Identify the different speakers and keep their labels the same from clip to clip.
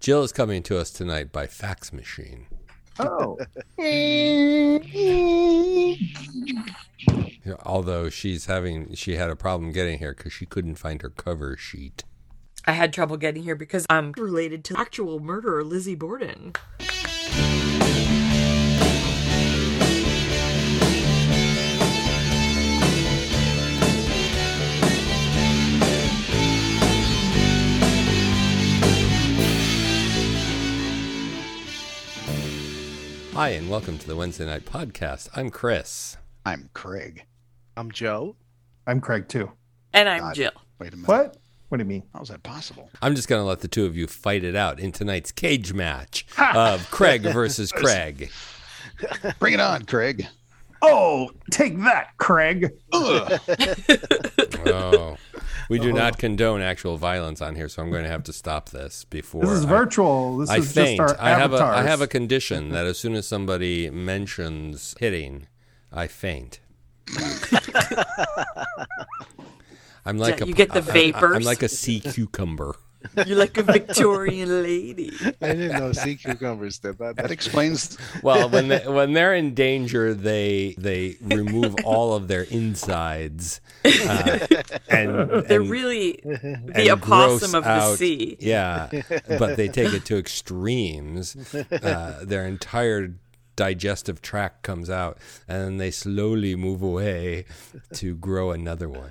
Speaker 1: Jill is coming to us tonight by fax machine.
Speaker 2: Oh,
Speaker 1: You know, Although she's having, she had a problem getting here because she couldn't find her cover sheet.
Speaker 3: I had trouble getting here because I'm related to actual murderer Lizzie Borden.
Speaker 1: Hi, and welcome to the Wednesday Night Podcast. I'm Chris.
Speaker 4: I'm Craig. I'm Joe.
Speaker 2: I'm Craig too.
Speaker 3: And I'm
Speaker 4: God.
Speaker 3: Jill.
Speaker 4: Wait a minute.
Speaker 2: What? What do you mean?
Speaker 4: How is that possible?
Speaker 1: I'm just going to let the two of you fight it out in tonight's cage match of Craig versus Craig.
Speaker 4: Bring it on, Craig.
Speaker 2: Oh, take that, Craig.
Speaker 1: Oh, we
Speaker 2: Uh-huh.
Speaker 1: do not condone actual violence on here, so I'm going to have to stop this before
Speaker 2: This is
Speaker 1: I-
Speaker 2: virtual. This
Speaker 1: I,
Speaker 2: is
Speaker 1: faint.
Speaker 2: just our
Speaker 1: I have a
Speaker 2: avatars.
Speaker 1: I have a condition that as soon as somebody mentions hitting, I faint. I'm like
Speaker 3: Yeah,
Speaker 1: a,
Speaker 3: you get the
Speaker 1: I, am
Speaker 3: vapors.
Speaker 1: like a sea cucumber.
Speaker 3: You're like a Victorian lady.
Speaker 5: I didn't know sea cucumbers did that.
Speaker 4: That
Speaker 5: That's
Speaker 4: explains.
Speaker 1: Well, when they, when they're in danger, they they remove all of their insides, uh, and,
Speaker 3: They're
Speaker 1: and
Speaker 3: really the
Speaker 1: and
Speaker 3: opossum
Speaker 1: gross
Speaker 3: of the
Speaker 1: out-
Speaker 3: sea.
Speaker 1: Yeah, but they take it to extremes. Uh, their entire digestive tract comes out, and then they slowly move away to grow another one.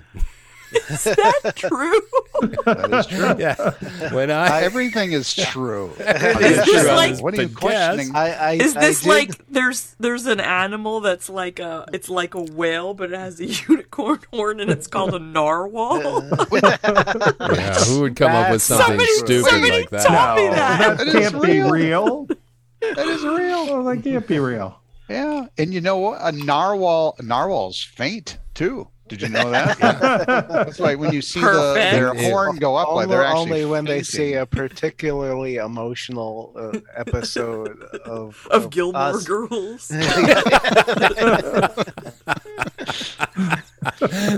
Speaker 3: Is that true?
Speaker 4: that is true.
Speaker 1: Yeah, when I,
Speaker 4: Everything is true.
Speaker 1: It's
Speaker 3: just
Speaker 4: Joe,
Speaker 3: like-
Speaker 4: what are you
Speaker 1: But
Speaker 4: questioning?
Speaker 5: I, I,
Speaker 3: Is
Speaker 5: I
Speaker 3: this
Speaker 5: did-
Speaker 3: like there's there's an animal that's like a it's like a whale but it has a unicorn horn and it's called a narwhal?
Speaker 5: uh,
Speaker 1: yeah, who would come up with
Speaker 5: That's-
Speaker 1: something
Speaker 3: somebody
Speaker 1: stupid
Speaker 3: somebody
Speaker 1: like that?
Speaker 3: told me
Speaker 2: no,
Speaker 3: that.
Speaker 2: that
Speaker 4: That is
Speaker 2: can't be
Speaker 4: real.
Speaker 2: real.
Speaker 4: That is real.
Speaker 2: Oh, that can't be real.
Speaker 4: Yeah, and you know what? A narwhal, narwhals faint too. Did you know that?
Speaker 2: Oh,
Speaker 4: That's like when you see the,
Speaker 3: Perfect.
Speaker 4: their horn go up,
Speaker 5: only,
Speaker 4: like they're actually
Speaker 5: only when they see
Speaker 4: fainting.
Speaker 5: a particularly emotional uh, episode of
Speaker 1: Oh,
Speaker 3: Of Gilmore
Speaker 5: us.
Speaker 3: Girls.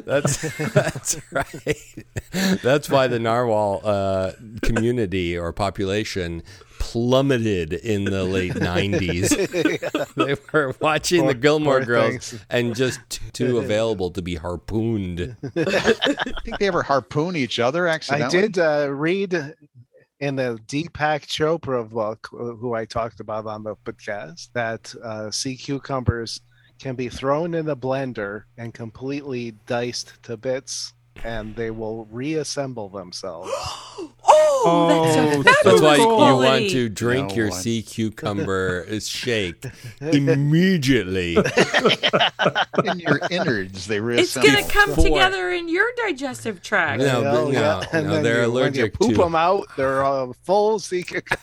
Speaker 1: That's that's right. That's why the narwhal uh, community or population plummeted in the late '90s. they were watching the
Speaker 5: Poor-
Speaker 1: Gilmore
Speaker 5: poor
Speaker 1: Girls
Speaker 5: things.
Speaker 1: and just t- too available to be harpooned.
Speaker 4: I think they ever harpoon each other
Speaker 5: I
Speaker 4: accidentally.
Speaker 5: did uh, read in the Deepak Chopra book, uh, who I talked about on the podcast, that uh, sea cucumbers can be thrown in a blender and completely diced to bits, and they will reassemble themselves.
Speaker 3: Oh,
Speaker 2: Oh,
Speaker 3: that's a
Speaker 1: That's
Speaker 3: fabulous
Speaker 1: why you
Speaker 3: quality.
Speaker 1: want to drink
Speaker 4: No
Speaker 1: your
Speaker 4: one.
Speaker 1: sea cucumber shake immediately.
Speaker 4: in your innards. They
Speaker 3: It's
Speaker 4: reassemble.
Speaker 3: gonna come
Speaker 1: Four.
Speaker 3: together in your digestive tract.
Speaker 1: No, but
Speaker 5: Oh,
Speaker 1: no,
Speaker 5: And
Speaker 1: no
Speaker 5: then
Speaker 1: they're
Speaker 5: you- when you
Speaker 1: allergic
Speaker 5: poop
Speaker 1: to.
Speaker 5: them out. They're uh, full sea cucumbers.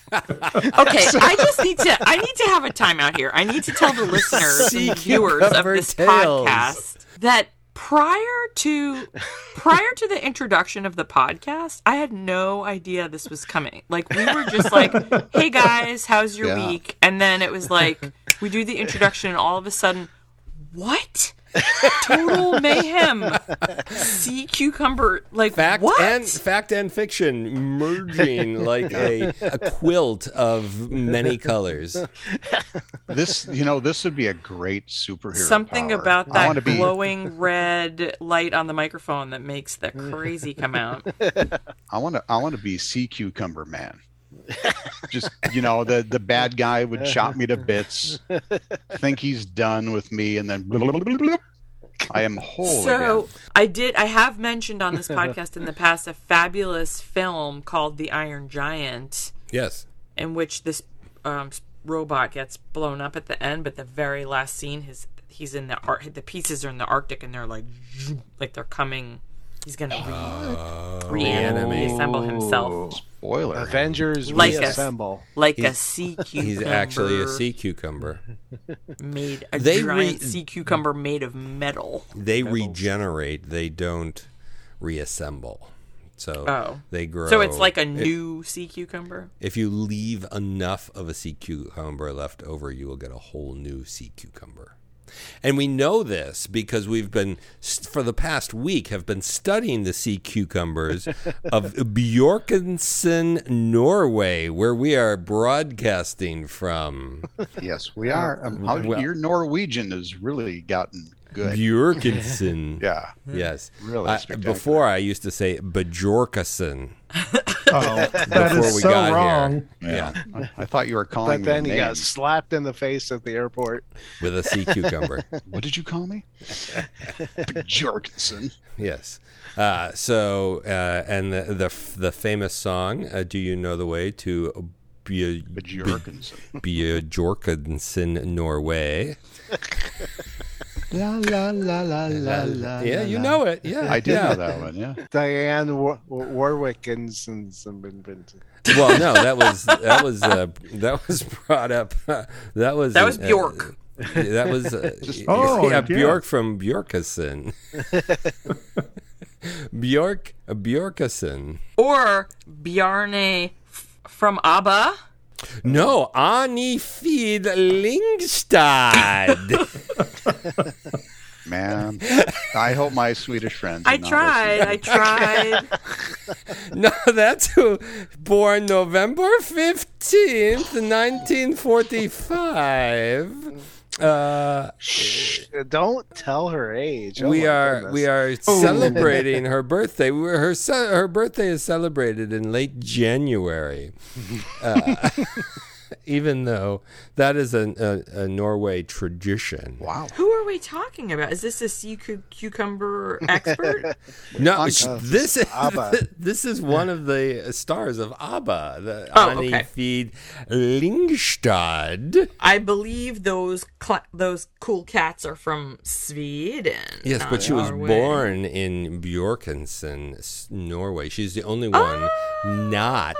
Speaker 3: Okay, I just need to. I need to have a timeout here. I need to tell the listeners
Speaker 1: Sea
Speaker 3: and viewers of
Speaker 1: cucumber
Speaker 3: this
Speaker 1: tales.
Speaker 3: podcast that prior to prior to the introduction of the podcast, I had no idea this was coming. Like we were just like, "Hey guys, how's your
Speaker 4: Yeah.
Speaker 3: week?" And then it was like we do the introduction, and all of a sudden, what? Total mayhem. Sea cucumber. Like
Speaker 1: Fact
Speaker 3: what?
Speaker 1: and fact and fiction merging like a, a quilt of many colors.
Speaker 4: This, you know, this would be a great superhero.
Speaker 3: Something
Speaker 4: power.
Speaker 3: about
Speaker 4: I wanna
Speaker 3: that
Speaker 4: be,
Speaker 3: glowing red light on the microphone that makes the crazy come out.
Speaker 4: I want to. I want to be Sea Cucumber Man. Just you know, the the bad guy would chop me to bits, think he's done with me, and then blub, blub, blub, blub. I am whole.
Speaker 3: so
Speaker 4: again.
Speaker 3: I did. I have mentioned on this podcast in the past a fabulous film called The Iron Giant,
Speaker 1: Yes.
Speaker 3: in which this um, s- robot gets blown up at the end, but the very last scene, his he's in the ar- the pieces are in the Arctic and they're like zoom, like they're coming. He's gonna
Speaker 1: Reanimate.
Speaker 3: re- reanimate, reassemble himself
Speaker 4: spoiler.
Speaker 5: Avengers
Speaker 3: Like us.
Speaker 5: reassemble.
Speaker 3: like a
Speaker 1: He's-
Speaker 3: sea cucumber.
Speaker 1: He's actually a sea cucumber.
Speaker 3: made a
Speaker 1: They
Speaker 3: giant
Speaker 1: re-
Speaker 3: sea cucumber made of metal.
Speaker 1: They regenerate. They don't reassemble. So
Speaker 3: Oh.
Speaker 1: they grow.
Speaker 3: So it's like a new sea cucumber.
Speaker 1: If you leave enough of a sea cucumber left over, you will get a whole new sea cucumber. And we know this because we've been st- for the past week have been studying the sea cucumbers of Bjorkensen, Norway, where we are broadcasting from.
Speaker 4: Yes, we are. Um, how-
Speaker 1: Well-
Speaker 4: your Norwegian has really gotten good.
Speaker 1: Bjorkensen.
Speaker 4: yeah.
Speaker 1: Yes.
Speaker 4: Really
Speaker 1: I-
Speaker 4: spectacular.
Speaker 1: before I used to say Bjorkasen.
Speaker 2: Oh, that
Speaker 1: Before
Speaker 2: is
Speaker 1: we
Speaker 2: so
Speaker 1: got here.
Speaker 2: wrong.
Speaker 1: Yeah.
Speaker 4: I, I thought you were calling
Speaker 5: But then
Speaker 4: me.
Speaker 5: he got
Speaker 4: names.
Speaker 5: slapped in the face at the airport.
Speaker 1: With a sea cucumber.
Speaker 4: What did you call me? Jorgensen.
Speaker 1: Yes. Uh, so, uh, and the, the f- the famous song, uh, "Do You Know the Way to Bj-
Speaker 4: Jorgensen.
Speaker 1: Bjorkensen, Norway"?
Speaker 4: la la la la la la.
Speaker 1: yeah, you
Speaker 4: la.
Speaker 1: know it. Yeah,
Speaker 4: I did
Speaker 1: yeah.
Speaker 4: know that one. Yeah.
Speaker 5: Diane War- Warwick and some, some invented.
Speaker 1: Well, no, that was that was uh, that was brought up. that was
Speaker 3: That was
Speaker 1: uh,
Speaker 3: Bjork.
Speaker 1: that was uh, y-
Speaker 2: Oh,
Speaker 1: yeah,
Speaker 2: yeah.
Speaker 1: Bjork from Bjorkason. Bjork Bjorkason.
Speaker 3: Or Bjarne f- from ABBA.
Speaker 1: No, Ani Fid Lingstad.
Speaker 4: Man, I hope my Swedish friends. are
Speaker 3: I
Speaker 4: not
Speaker 3: tried. I
Speaker 4: listening.
Speaker 3: tried.
Speaker 1: No, that's who. Born November 15th, 1945. Uh,
Speaker 5: Shh, don't tell her age. Oh
Speaker 1: we
Speaker 5: my
Speaker 1: are
Speaker 5: goodness.
Speaker 1: we are celebrating her birthday. We were, her ce- her birthday is celebrated in late January. Uh, even though that is a, a, a Norway tradition.
Speaker 4: Wow.
Speaker 3: Who are we talking about? Is this a sea cu- cucumber expert?
Speaker 1: No,
Speaker 4: I'm
Speaker 1: sh-
Speaker 4: tough.
Speaker 1: this is
Speaker 5: ABBA.
Speaker 1: this is one of the stars of ABBA, the
Speaker 3: Oh,
Speaker 1: Annie
Speaker 3: okay.
Speaker 1: Feed Lingstad.
Speaker 3: I believe those cla those cool cats are from Sweden.
Speaker 1: Yes, but
Speaker 3: not
Speaker 1: she was
Speaker 3: Norway.
Speaker 1: born in Bjorkensen, S- Norway. She's the only one
Speaker 3: Ah!
Speaker 1: not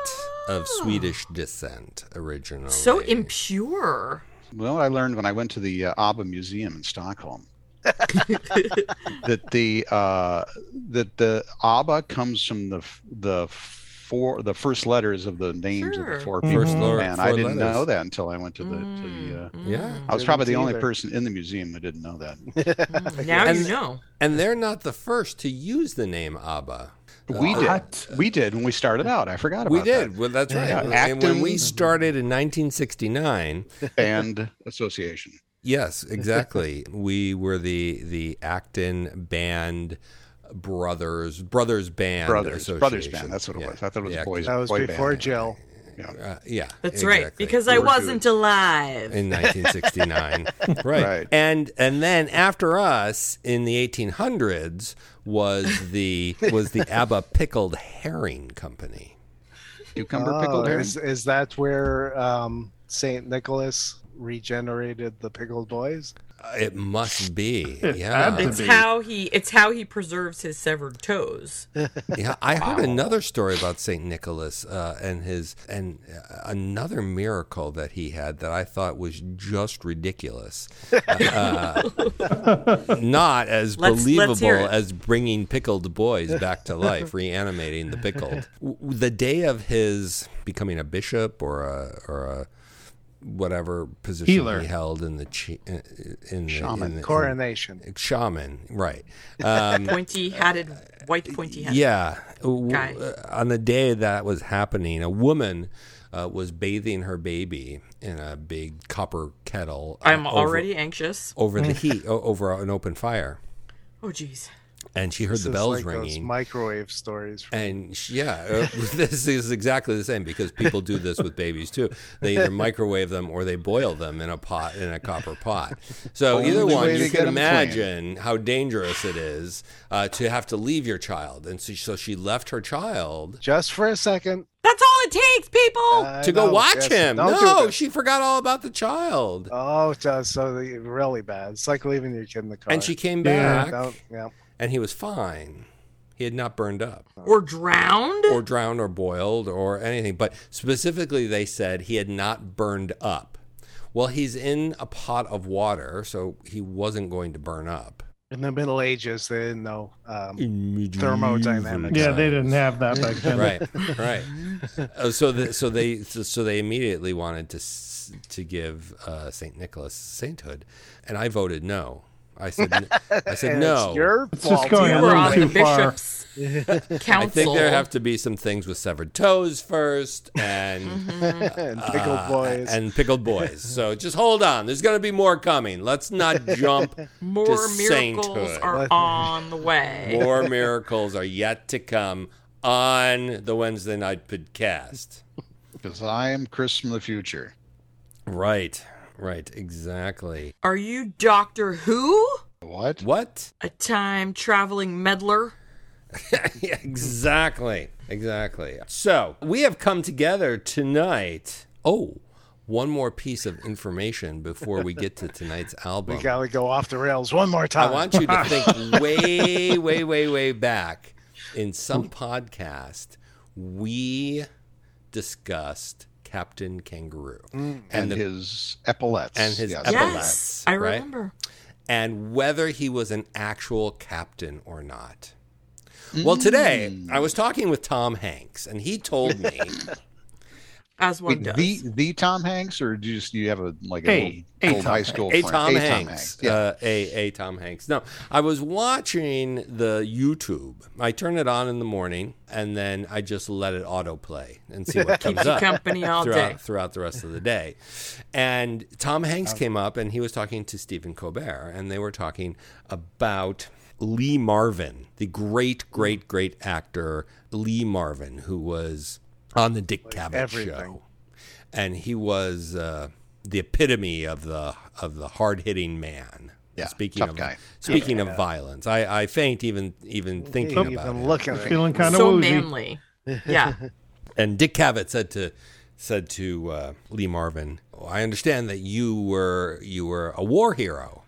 Speaker 1: of Swedish descent originally.
Speaker 3: so impure.
Speaker 4: Well, I learned when I went to the uh, ABBA Museum in Stockholm that the uh, that the ABBA comes from the f- the four the first letters of the names of
Speaker 3: Sure.
Speaker 4: the four people.
Speaker 1: First lor-
Speaker 4: Man,
Speaker 1: four
Speaker 4: I didn't
Speaker 1: letters.
Speaker 4: know that until I went to the. To
Speaker 3: Hmm.
Speaker 4: the uh,
Speaker 3: Mm-hmm.
Speaker 1: Yeah.
Speaker 4: I was
Speaker 5: Didn't
Speaker 4: probably the only
Speaker 5: either.
Speaker 4: person in the museum that didn't know that.
Speaker 3: Mm, now
Speaker 1: And-
Speaker 3: you know.
Speaker 1: And they're not the first to use the name ABBA.
Speaker 4: We
Speaker 2: What?
Speaker 4: did. We did when we started out. I forgot about
Speaker 1: We
Speaker 4: that.
Speaker 1: did. Well, that's right.
Speaker 4: Yeah.
Speaker 1: And when we
Speaker 4: Acton-
Speaker 1: started in 1969,
Speaker 4: Band Association.
Speaker 1: Yes, exactly. we were the the Acton Band Brothers Brothers Band
Speaker 4: Brothers. Brothers
Speaker 1: Association.
Speaker 4: Band. That's what it
Speaker 1: Yeah.
Speaker 4: was. I thought it was
Speaker 1: The
Speaker 4: a boys.
Speaker 5: That was
Speaker 4: boy
Speaker 5: before
Speaker 4: band.
Speaker 5: Jill.
Speaker 1: Uh, yeah,
Speaker 3: That's right,
Speaker 1: exactly.
Speaker 3: because
Speaker 4: We
Speaker 3: I
Speaker 4: were
Speaker 3: wasn't alive.
Speaker 1: in 1969, right.
Speaker 4: Right.
Speaker 1: And and then after us in the 1800s was the was the ABBA Pickled Herring Company.
Speaker 4: Cucumber
Speaker 3: Uh,
Speaker 5: Oh,
Speaker 4: pickled herring.
Speaker 5: is, is that where um, Saint Nicholas regenerated the pickled boys?
Speaker 1: Uh, It must be,
Speaker 2: It
Speaker 1: yeah.
Speaker 2: had to
Speaker 3: It's
Speaker 2: be.
Speaker 3: how he it's how he preserves his severed toes.
Speaker 1: Yeah, I heard another story about Saint Nicholas uh, and his and uh, another miracle that he had that I thought was just ridiculous. Uh, not as
Speaker 3: Let's- let's hear
Speaker 1: believable
Speaker 3: it.
Speaker 1: as bringing pickled boys back to life, reanimating the pickled. W- The day of his becoming a bishop or a or a whatever position
Speaker 2: Healer.
Speaker 1: he held in the chi- uh, in the, in
Speaker 4: Shaman.
Speaker 1: the,
Speaker 5: Coronation.
Speaker 1: shaman, right? Um,
Speaker 3: Pointy hatted white pointy hat.
Speaker 1: yeah. W-
Speaker 3: Guy.
Speaker 1: uh, On the day that was happening, a woman uh, was bathing her baby in a big copper kettle. uh,
Speaker 3: I'm
Speaker 1: over-
Speaker 3: already anxious.
Speaker 1: over the heat, o- over an open fire,
Speaker 3: Oh jeez.
Speaker 1: and she heard
Speaker 5: This
Speaker 1: the
Speaker 5: is
Speaker 1: bells
Speaker 5: like those
Speaker 1: ringing.
Speaker 5: microwave stories. From,
Speaker 1: And she, yeah, uh, this is exactly the same because people do this with babies too. They either microwave them or they boil them in a pot in a copper pot. So either
Speaker 4: Only
Speaker 1: one,
Speaker 4: way
Speaker 1: you
Speaker 4: to get
Speaker 1: can
Speaker 4: 'em clean.
Speaker 1: imagine how dangerous it is uh, to have to leave your child. And so, so she left her child
Speaker 5: just for a second.
Speaker 3: That's all it takes, people.
Speaker 5: I
Speaker 1: Oh, to go
Speaker 5: know,
Speaker 1: watch
Speaker 5: yes,
Speaker 1: him.
Speaker 5: don't do
Speaker 1: No,
Speaker 5: this.
Speaker 1: she forgot all about the child.
Speaker 5: Oh, just so the- really bad. It's like leaving your kid in the car.
Speaker 1: and she came
Speaker 5: Yeah,
Speaker 1: back,
Speaker 5: don't- yeah.
Speaker 1: and he was fine. He had not burned up
Speaker 3: or drowned?
Speaker 1: or drowned or boiled or anything. But specifically, they said he had not burned up. Well, he's in a pot of water, so he wasn't going to burn up.
Speaker 5: in the Middle Ages, they didn't know. Um,
Speaker 1: Thermodynamics.
Speaker 5: Thermodynamics.
Speaker 2: Yeah, they didn't have that back then.
Speaker 1: right, right. Uh, so, the, so they so, so they immediately wanted to s- to give uh, Saint Nicholas sainthood, and I voted no. I said n- I said
Speaker 5: and
Speaker 1: no.
Speaker 5: It's your
Speaker 2: It's just
Speaker 5: fault.
Speaker 2: going
Speaker 5: Ian.
Speaker 2: a
Speaker 3: We're
Speaker 2: little
Speaker 3: on the
Speaker 2: too far.
Speaker 3: bishop's
Speaker 1: I
Speaker 3: council.
Speaker 1: think there have to be some things with severed toes first, and
Speaker 5: and pickled
Speaker 1: uh,
Speaker 5: Mm-hmm. boys.
Speaker 1: and pickled boys. So just hold on. There's going to be more coming. Let's not jump.
Speaker 3: More
Speaker 1: to
Speaker 3: miracles
Speaker 1: sainthood.
Speaker 3: are on the way.
Speaker 1: More miracles are yet to come on the Wednesday night podcast.
Speaker 4: Because I am Chris from the future.
Speaker 1: Right, right, exactly.
Speaker 3: Are you Doctor Who?
Speaker 4: What?
Speaker 1: What?
Speaker 3: A time traveling meddler?
Speaker 1: Yeah, exactly, exactly. So we have come together tonight. Oh, one more piece of information before we get to tonight's album.
Speaker 5: we gotta go off the rails one more
Speaker 1: I
Speaker 5: time.
Speaker 1: want you to think way, way, way, way back. In some podcast, we discussed Captain Kangaroo
Speaker 4: And,
Speaker 1: the-
Speaker 4: his epaulets.
Speaker 1: and his
Speaker 4: Yes.
Speaker 1: epaulets.
Speaker 3: yes, I
Speaker 1: right?
Speaker 3: remember.
Speaker 1: and whether he was an actual captain or not. Well, today I was talking with Tom Hanks, and he told me
Speaker 3: As one
Speaker 4: Wait,
Speaker 3: does.
Speaker 4: the the Tom Hanks, or do you just you have a like a,
Speaker 2: A-
Speaker 4: old-
Speaker 2: a
Speaker 4: old
Speaker 2: Tom
Speaker 4: high
Speaker 2: Hanks.
Speaker 4: school
Speaker 1: a
Speaker 4: friend?
Speaker 1: Tom Hanks,
Speaker 4: Yeah.
Speaker 1: uh, a a Tom Hanks. No, I was watching the YouTube. I turn it on in the morning, and then I just let it autoplay and see what comes
Speaker 3: you
Speaker 1: up.
Speaker 3: company all
Speaker 1: throughout,
Speaker 3: day.
Speaker 1: throughout the rest of the day. And Tom Hanks came up and he was talking to Stephen Colbert, and they were talking about Lee Marvin, the great, great, great actor Lee Marvin, who was on the Dick Cavett
Speaker 5: everything.
Speaker 1: show, and he was uh, the epitome of the of the hard hitting man.
Speaker 4: Yeah,
Speaker 1: speaking
Speaker 4: tough
Speaker 1: of
Speaker 4: guy.
Speaker 1: speaking of violence, I, I faint even even thinking
Speaker 5: Even
Speaker 1: about it.
Speaker 5: looking at
Speaker 2: Feeling kind of
Speaker 3: so
Speaker 2: woozy.
Speaker 3: manly. Yeah.
Speaker 1: And Dick Cavett said to said to uh, Lee Marvin, "Oh, "I understand that you were you were a war hero."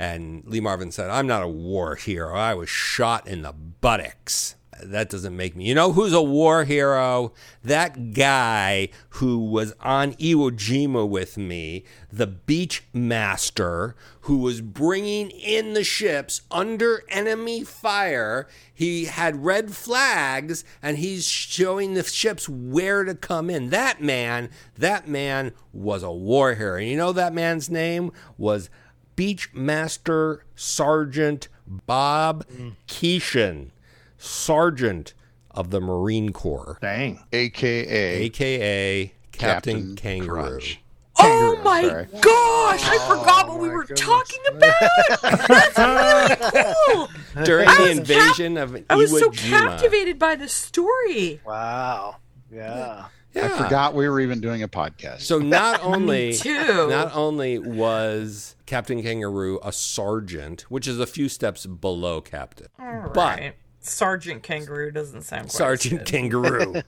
Speaker 1: And Lee Marvin said, "I'm not a war hero. I was shot in the buttocks. That doesn't make me. You know who's a war hero? That guy who was on Iwo Jima with me, the beach master who was bringing in the ships under enemy fire. He had red flags and he's showing the ships where to come in. That man, that man was a war hero. And you know that man's name was Beachmaster Sergeant Bob Keeshan, Sergeant of the Marine Corps,
Speaker 2: Dang.
Speaker 4: AKA
Speaker 1: aka Captain, Kangaroo.
Speaker 4: Crunch.
Speaker 3: Oh my
Speaker 4: sorry.
Speaker 3: gosh! I forgot
Speaker 1: Oh
Speaker 3: what we were talking about. That's really cool.
Speaker 1: During
Speaker 3: I
Speaker 1: the
Speaker 3: was cap-
Speaker 1: invasion of
Speaker 3: I was
Speaker 1: Iwo
Speaker 3: so
Speaker 1: Jima.
Speaker 3: captivated by the story.
Speaker 5: Wow. Yeah.
Speaker 1: Yeah.
Speaker 4: I forgot we were even doing a podcast.
Speaker 1: So not
Speaker 4: Eh,
Speaker 1: only
Speaker 3: too.
Speaker 1: not only was Captain Kangaroo a sergeant, which is a few steps below captain, but
Speaker 3: Sergeant Kangaroo doesn't sound quite
Speaker 1: Sergeant Kangaroo,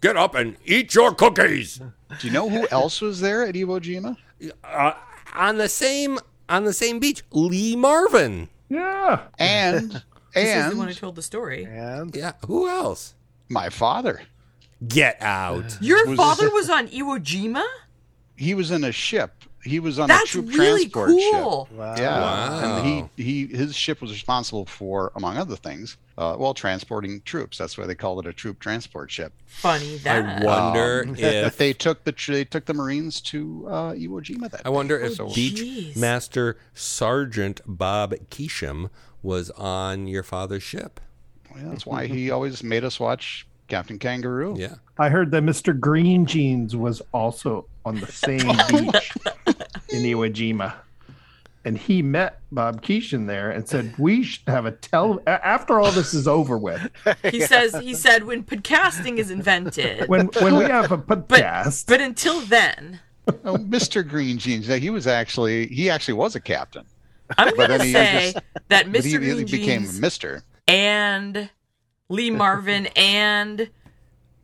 Speaker 1: get up and eat your cookies.
Speaker 4: do you know who else was there at Iwo Jima?
Speaker 1: on the same on the same beach, Lee Marvin.
Speaker 2: Yeah.
Speaker 4: And
Speaker 3: This is the one who
Speaker 4: and
Speaker 3: told the story.
Speaker 5: And
Speaker 1: Yeah, who else?
Speaker 4: my father.
Speaker 1: Get out.
Speaker 3: Your
Speaker 4: Was-
Speaker 3: father was on Iwo Jima.
Speaker 4: He was in a ship. He was on a
Speaker 3: That's
Speaker 4: troop
Speaker 3: really
Speaker 4: transport ship.
Speaker 3: cool.
Speaker 5: wow.
Speaker 4: Yeah,
Speaker 1: Wow.
Speaker 4: and he, he his ship was responsible for, among other things, uh, well, transporting troops. That's why they called it a troop transport ship.
Speaker 3: Funny
Speaker 1: I
Speaker 3: that.
Speaker 1: wonder
Speaker 4: But
Speaker 1: if
Speaker 4: they took the tr- they took the Marines to uh, Iwo Jima. That
Speaker 1: I wonder if
Speaker 3: Oh,
Speaker 1: Beach
Speaker 3: jeez.
Speaker 1: Master Sergeant Bob Keesham was on your father's ship.
Speaker 4: day. Yeah, that's why he always made us watch Captain Kangaroo.
Speaker 1: Yeah.
Speaker 2: I heard that Mr. Green Jeans was also on the same beach in Iwo Jima. And he met Bob Keeshan there and said, We should have a tell. a- After all this is over with,
Speaker 3: He says he said when podcasting is invented,
Speaker 2: when when we have a podcast,
Speaker 3: but until then,
Speaker 4: Oh, Mr. Green Jeans. Now, He was actually he actually was a captain,
Speaker 3: I'm
Speaker 4: But
Speaker 3: gonna
Speaker 4: then he
Speaker 3: say
Speaker 4: just-
Speaker 3: that
Speaker 4: but
Speaker 3: Mr.
Speaker 4: he, he
Speaker 3: Green
Speaker 4: became
Speaker 3: Jeans
Speaker 4: Mister.
Speaker 3: and Lee Marvin and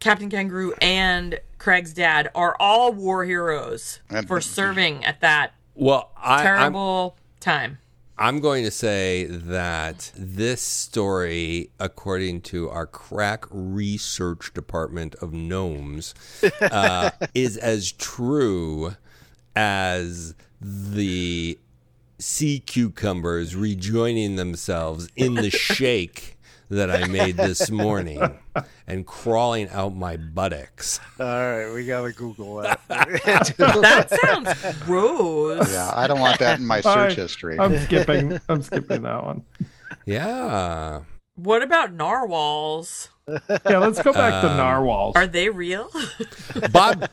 Speaker 3: Captain Kangaroo and Craig's dad are all war heroes
Speaker 4: And-
Speaker 3: for serving at that
Speaker 1: Well, I, I'm
Speaker 3: terrible time.
Speaker 1: I'm going to say that this story, according to our crack research department of gnomes, uh, is as true as the sea cucumbers rejoining themselves in the shake that I made this morning and crawling out my buttocks.
Speaker 5: All right, we gotta Google that.
Speaker 3: That sounds gross.
Speaker 4: Yeah, I don't want that in my search
Speaker 2: Alright,
Speaker 4: history.
Speaker 2: I'm skipping. I'm skipping that one.
Speaker 1: Yeah.
Speaker 3: What about narwhals?
Speaker 2: Yeah, let's go back to
Speaker 1: Um,
Speaker 2: narwhals.
Speaker 3: Are they real?
Speaker 1: Bob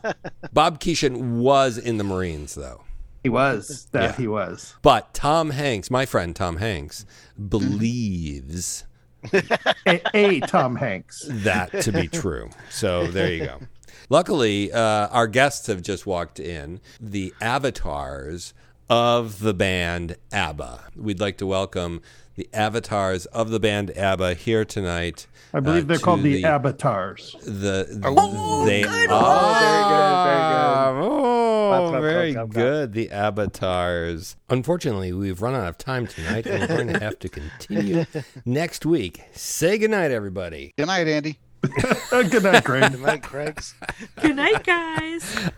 Speaker 1: Bob Keeshan was in the Marines though.
Speaker 2: He was that
Speaker 1: Yeah.
Speaker 2: he was.
Speaker 1: But Tom Hanks, my friend Tom Hanks, believes
Speaker 2: A, a Tom Hanks.
Speaker 1: that to be true. So there you go. Luckily, uh, our guests have just walked in. The avatars of the band ABBA. We'd like to welcome the avatars of the band ABBA here tonight.
Speaker 2: I believe
Speaker 1: uh,
Speaker 2: they're
Speaker 1: to
Speaker 2: called the, avatars.
Speaker 1: the
Speaker 4: Oh,
Speaker 1: they
Speaker 3: good
Speaker 1: are
Speaker 5: one.
Speaker 1: oh,
Speaker 5: Pop, pop,
Speaker 1: very
Speaker 5: pop, pop, pop.
Speaker 1: good the avatars unfortunately we've run out of time tonight and we're going to have to continue next week say goodnight everybody
Speaker 4: Good night, Andy.
Speaker 2: Uh, good night, Greg.
Speaker 5: Good night, Craig's.
Speaker 3: Good night, guys.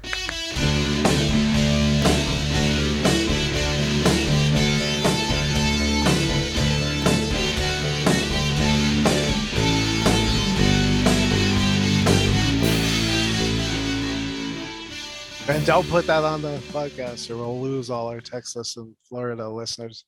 Speaker 5: And don't put that on the podcast or we'll lose all our Texas and Florida listeners.